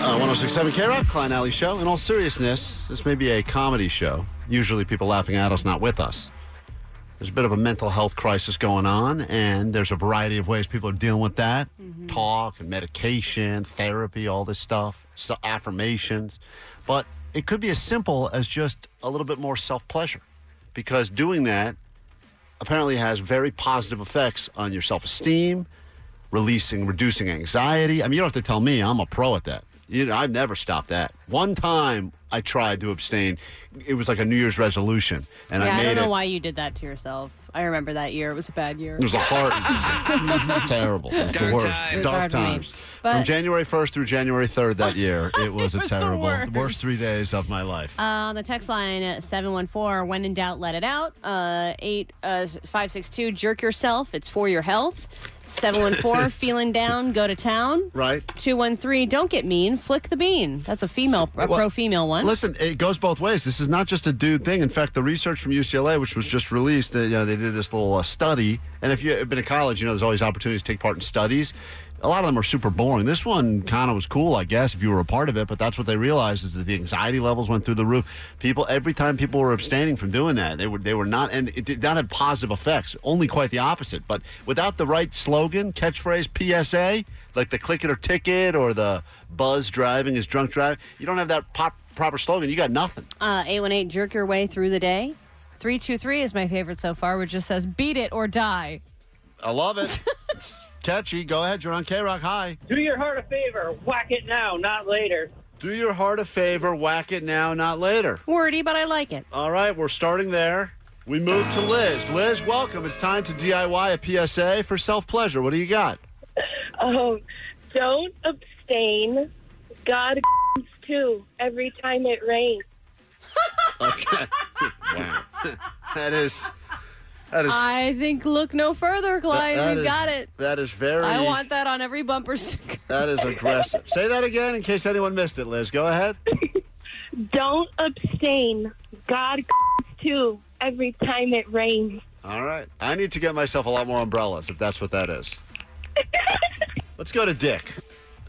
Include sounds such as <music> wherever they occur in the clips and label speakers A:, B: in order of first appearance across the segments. A: Uh, 1067 K Rock, Klein Alley Show. In all seriousness, this may be a comedy show. Usually people laughing at us, not with us. There's a bit of a mental health crisis going on, and there's a variety of ways people are dealing with that
B: Mm-hmm.
A: talk and medication, therapy, all this stuff, so affirmations. But it could be as simple as just a little bit more self pleasure because doing that apparently has very positive effects on your self esteem, releasing, reducing anxiety. I mean, you don't have to tell me, I'm a pro at that. You know, I've never stopped that. One time I tried to abstain. It was like a New Year's resolution, and
B: yeah,
A: I
B: I,
A: made
B: don't know
A: it.
B: why you did that to yourself. I remember that year. It was a bad year.
A: It was a <laughs> hard, it's terrible. It's the
B: Dark
A: worst.
B: times.
A: Dark
B: Hard for me.
A: times. From
B: But-
A: January 1st through January 3rd that year,
B: <laughs>
A: it was
B: It
A: a
B: was the
A: terrible,
B: worst.
A: three days of my life.
B: Uh, on the text line, uh, 714, when in doubt, let it out. Uh, 8, uh, 562, jerk yourself. It's for your health.
A: <laughs>
B: 714, feeling down, go to town.
A: Right.
B: 213, don't get mean, flick the bean. That's a female, a
A: Well,
B: pro female one.
A: Listen, it goes both ways. This is not just a dude thing. In fact, the research from UCLA, which was just released, uh, you know, they did this little uh, study. And if you've been to college, you know, there's always opportunities to take part in studies. A lot of them are super boring. This one kind of was cool, I guess, if you were a part of it. But that's what they realized is that the anxiety levels went through the roof. People, every time people were abstaining from doing that, they were they were not, and it did not have positive effects. Only quite the opposite. But without the right slogan, catchphrase, PSA, like the click it or ticket or the buzz driving is drunk driving, you don't have that pop, proper slogan. You got nothing.
B: Uh, 818, jerk your way through the day. 323 is my favorite so far, which just says, beat it or die.
A: I love <laughs> it. it's catchy. Go ahead. You're on K Rock. Hi.
C: Do your heart a favor. Whack it now, not later.
A: Do your heart a favor. Whack it now, not later.
B: Wordy, but I like it.
A: All right, we're starting there. We move to Liz. Liz, welcome. It's time to DIY a PSA for self pleasure. What do you got?
D: Oh, don't abstain. God <laughs> too every time it rains.
A: <laughs> Okay. wow. that is. That is.
B: I think look no further, Clyde.
A: that
B: We've
A: is-
B: got it.
A: That is very.
B: I want that on every bumper sticker.
A: That is aggressive. Say that again in case anyone missed it, Liz. Go ahead.
D: Don't abstain. God <laughs> too every time it rains.
A: All right. I need to get myself a lot more umbrellas if that's what that
B: <laughs>
A: is. Let's go to Dick.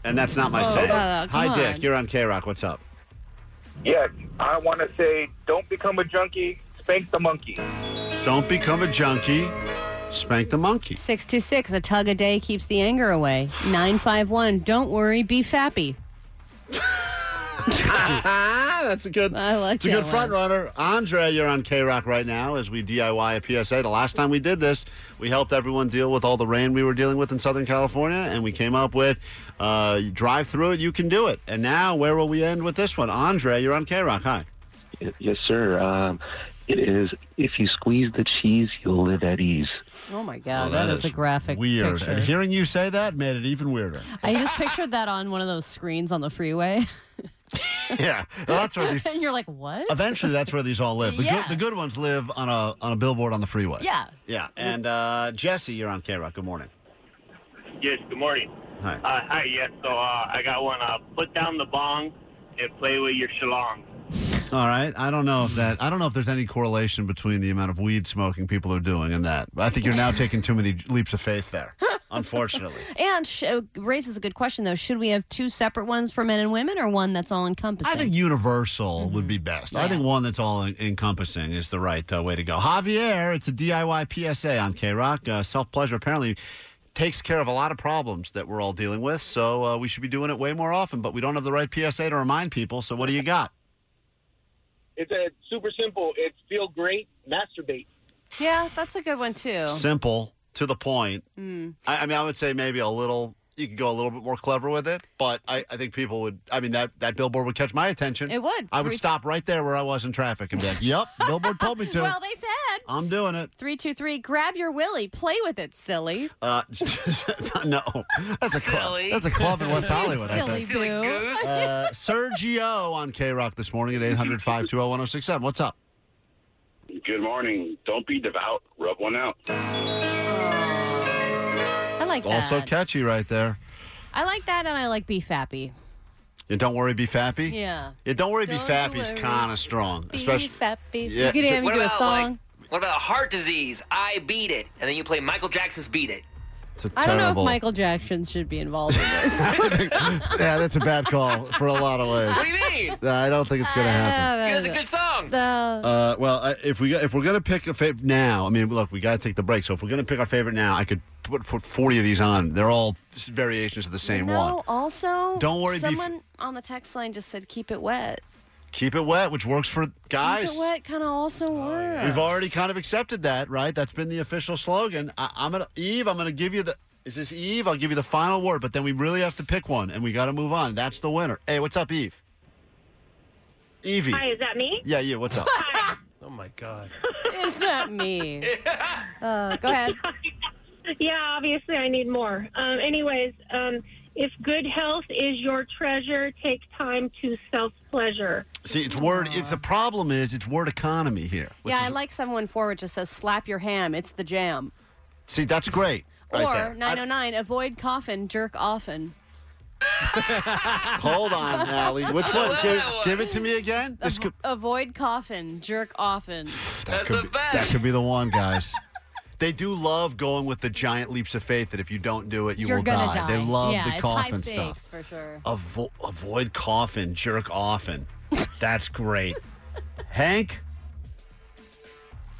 A: And that's not my
B: Oh,
A: saying.
B: uh, come
A: Hi, Dick.
B: on.
A: You're on K Rock. What's up?
E: Yes, I want to say don't become a junkie, spank the monkey.
A: Don't become a junkie. Spank the
B: <laughs>
A: monkey. <laughs>
B: 626, a tug a day keeps the anger away. 951, don't worry, be fappy.
A: that's a good.
B: I like
A: It's a
B: that
A: good
B: one.
A: front runner. Andre, you're on K Rock right now as we DIY a PSA. The last time we did this, we helped everyone deal with all the rain we were dealing with in Southern California, and we came up with uh, you drive through it, you can do it. And now, where will we end with this one? Andre, you're on K Rock. Hi.
F: Yes, sir. Um, it is if you squeeze the cheese, you'll live at ease.
B: Oh my
A: Well,
B: God,
A: that
B: that is,
A: is
B: a graphic
A: Weird.
B: picture.
A: And hearing you say that made it even
B: <laughs>
A: weirder.
B: I just pictured that on one of those screens on
A: <laughs>
B: the freeway.
A: yeah. Well, that's where these.
B: <laughs> and you're like, what?
A: Eventually, that's where these all live. The,
B: Yeah.
A: good, the good ones live on a on a billboard on the freeway.
B: Yeah.
A: Yeah. And uh, Jesse, you're on K Rock. Good morning.
E: Yes, good morning.
A: Hi.
E: Uh, hi, yes, so uh, I got one. Uh, put down the bong and play with your shalong.
A: All right. I don't know if that. I don't know if there's any correlation between the amount of weed smoking people are doing and that. I think you're now taking too many leaps of faith
B: <laughs>
A: there. Unfortunately.
B: And sh- uh, raises a good question, though. Should we have two separate ones for men and women or one that's all encompassing?
A: I think universal would be best. I
B: Yeah.
A: think one that's all en- encompassing is the right uh, way to go. Javier, it's a DIY PSA on K Rock. Uh, Self pleasure apparently takes care of a lot of problems that we're all dealing with, so uh, we should be doing it way more often. But we don't have the right PSA to remind people. So what do you got?
C: It's a super simple. It's feel great, masturbate.
B: <laughs> yeah, that's a good one, too.
A: Simple to the point.
B: Oh. Mm.
A: I, I mean, I would say maybe a little. You could go a little bit more clever with it, but I, I think people would. I mean, that that billboard would catch my attention.
B: It would.
A: I would
B: Reach-
A: stop right there where I was in traffic and be like, "Yep, billboard told me to."
B: <laughs> Well, they said.
A: I'm doing it.
B: 323, grab your willy. Play with it, silly.
A: Uh, <laughs> no, that's a club.
G: Silly.
A: That's a club
B: <laughs>
A: in West Hollywood. I
B: Silly
A: think.
G: Silly
B: boo.
G: goose.
A: Uh, Sergio on K Rock this morning at 800 520 1067. What's up?
H: Good morning. Don't be devout. Rub one out.
B: I like that.
A: Also catchy right there.
B: I like that, and I like beef happy.
A: And don't worry, be fappy.
B: Yeah.
A: Yeah, don't worry,
B: Don't
A: be fappy is
B: worry,
A: kind of strong, especially.
B: beef happy.
A: Yeah.
B: You could have me
G: What
B: do a
G: about
B: song.
G: like? What about heart disease? I beat it, and then you play Michael Jackson's "Beat It."
A: It's a
B: I don't know if
A: terrible-
B: Michael Jackson should be involved
A: <laughs>
B: in this.
A: yeah, that's a bad call for a lot of
G: What
A: ways.
B: <laughs>
G: do you mean?
A: Uh, I don't think it's going to happen.
G: Yeah, That's a good song.
B: Uh,
A: Uh, well, I- if we if we're gonna pick a favorite now, I mean, look, we gotta take the break. So if we're gonna pick our favorite now, I could put put forty of these on. They're all s- variations of the same one.
B: no, also,
A: Don't worry, beef-
B: someone on the text line just said keep it wet.
A: Keep it wet, which works for guys.
B: Keep it wet kind of also works.
A: We've already kind of accepted that, right? That's been the official slogan. I, I'm gonna Eve. I'm gonna give you the. Is this Eve? I'll give you the final word, but then we really have to pick one, and we got to move on. That's the winner. Hey, what's up, Eve? Evie.
D: Hi, is that me?
A: Yeah, you. What's up?
I: Oh my God.
B: <laughs> Is that
G: <laughs>
B: me? uh, go ahead.
D: Yeah, obviously I need more. Um, anyways, um, if good health is your treasure, take time to self pleasure.
A: See, it's word. It's the problem is it's word economy here. which
B: yeah,
A: is-
B: I like someone forward just says slap your ham. It's the jam.
A: See, that's great. Right
B: or
A: there.
B: 909, avoid coffin, jerk often.
A: I- hold on, Allie.
B: <laughs>
A: Which one?
G: love
A: Give,
G: that one.
A: give it to me again. This could,
B: Avoid coffin, jerk often.
G: That's
A: could
G: the
A: be,
G: best.
A: that could be the one, guys. <laughs> they do love going with the giant leaps of faith that if you don't do it, you
B: You're
A: will
B: gonna die.
A: They love
B: yeah,
A: the
B: it's
A: coffin
B: high
A: stuff.
B: stakes for sure.
A: Avo- avoid coffin, jerk
B: <laughs>
A: offin. That's great. Hank?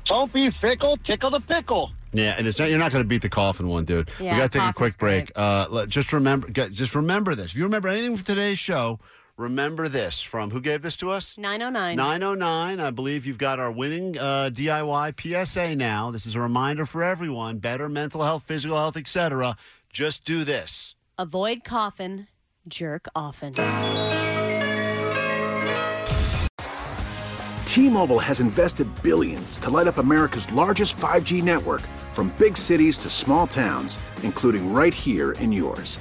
C: Don't be fickle, tickle the pickle.
A: Yeah, and it's not, you're not going to beat the coffin one, dude. we
B: Yeah,
A: got to take a quick
B: coffin's
A: break.
B: great.
A: Uh, let- just remember, gu- just remember this. If you remember anything from today's show, remember this from who gave this to us?
B: 909.
A: 909. I believe you've got our winning uh, DIY PSA now. This is a reminder for everyone: better mental health, physical health, etc. Just do this.
B: Avoid coffin, jerk often.
I: T-Mobile has invested billions to light up America's largest 5G network from big cities to small towns, including right here in yours.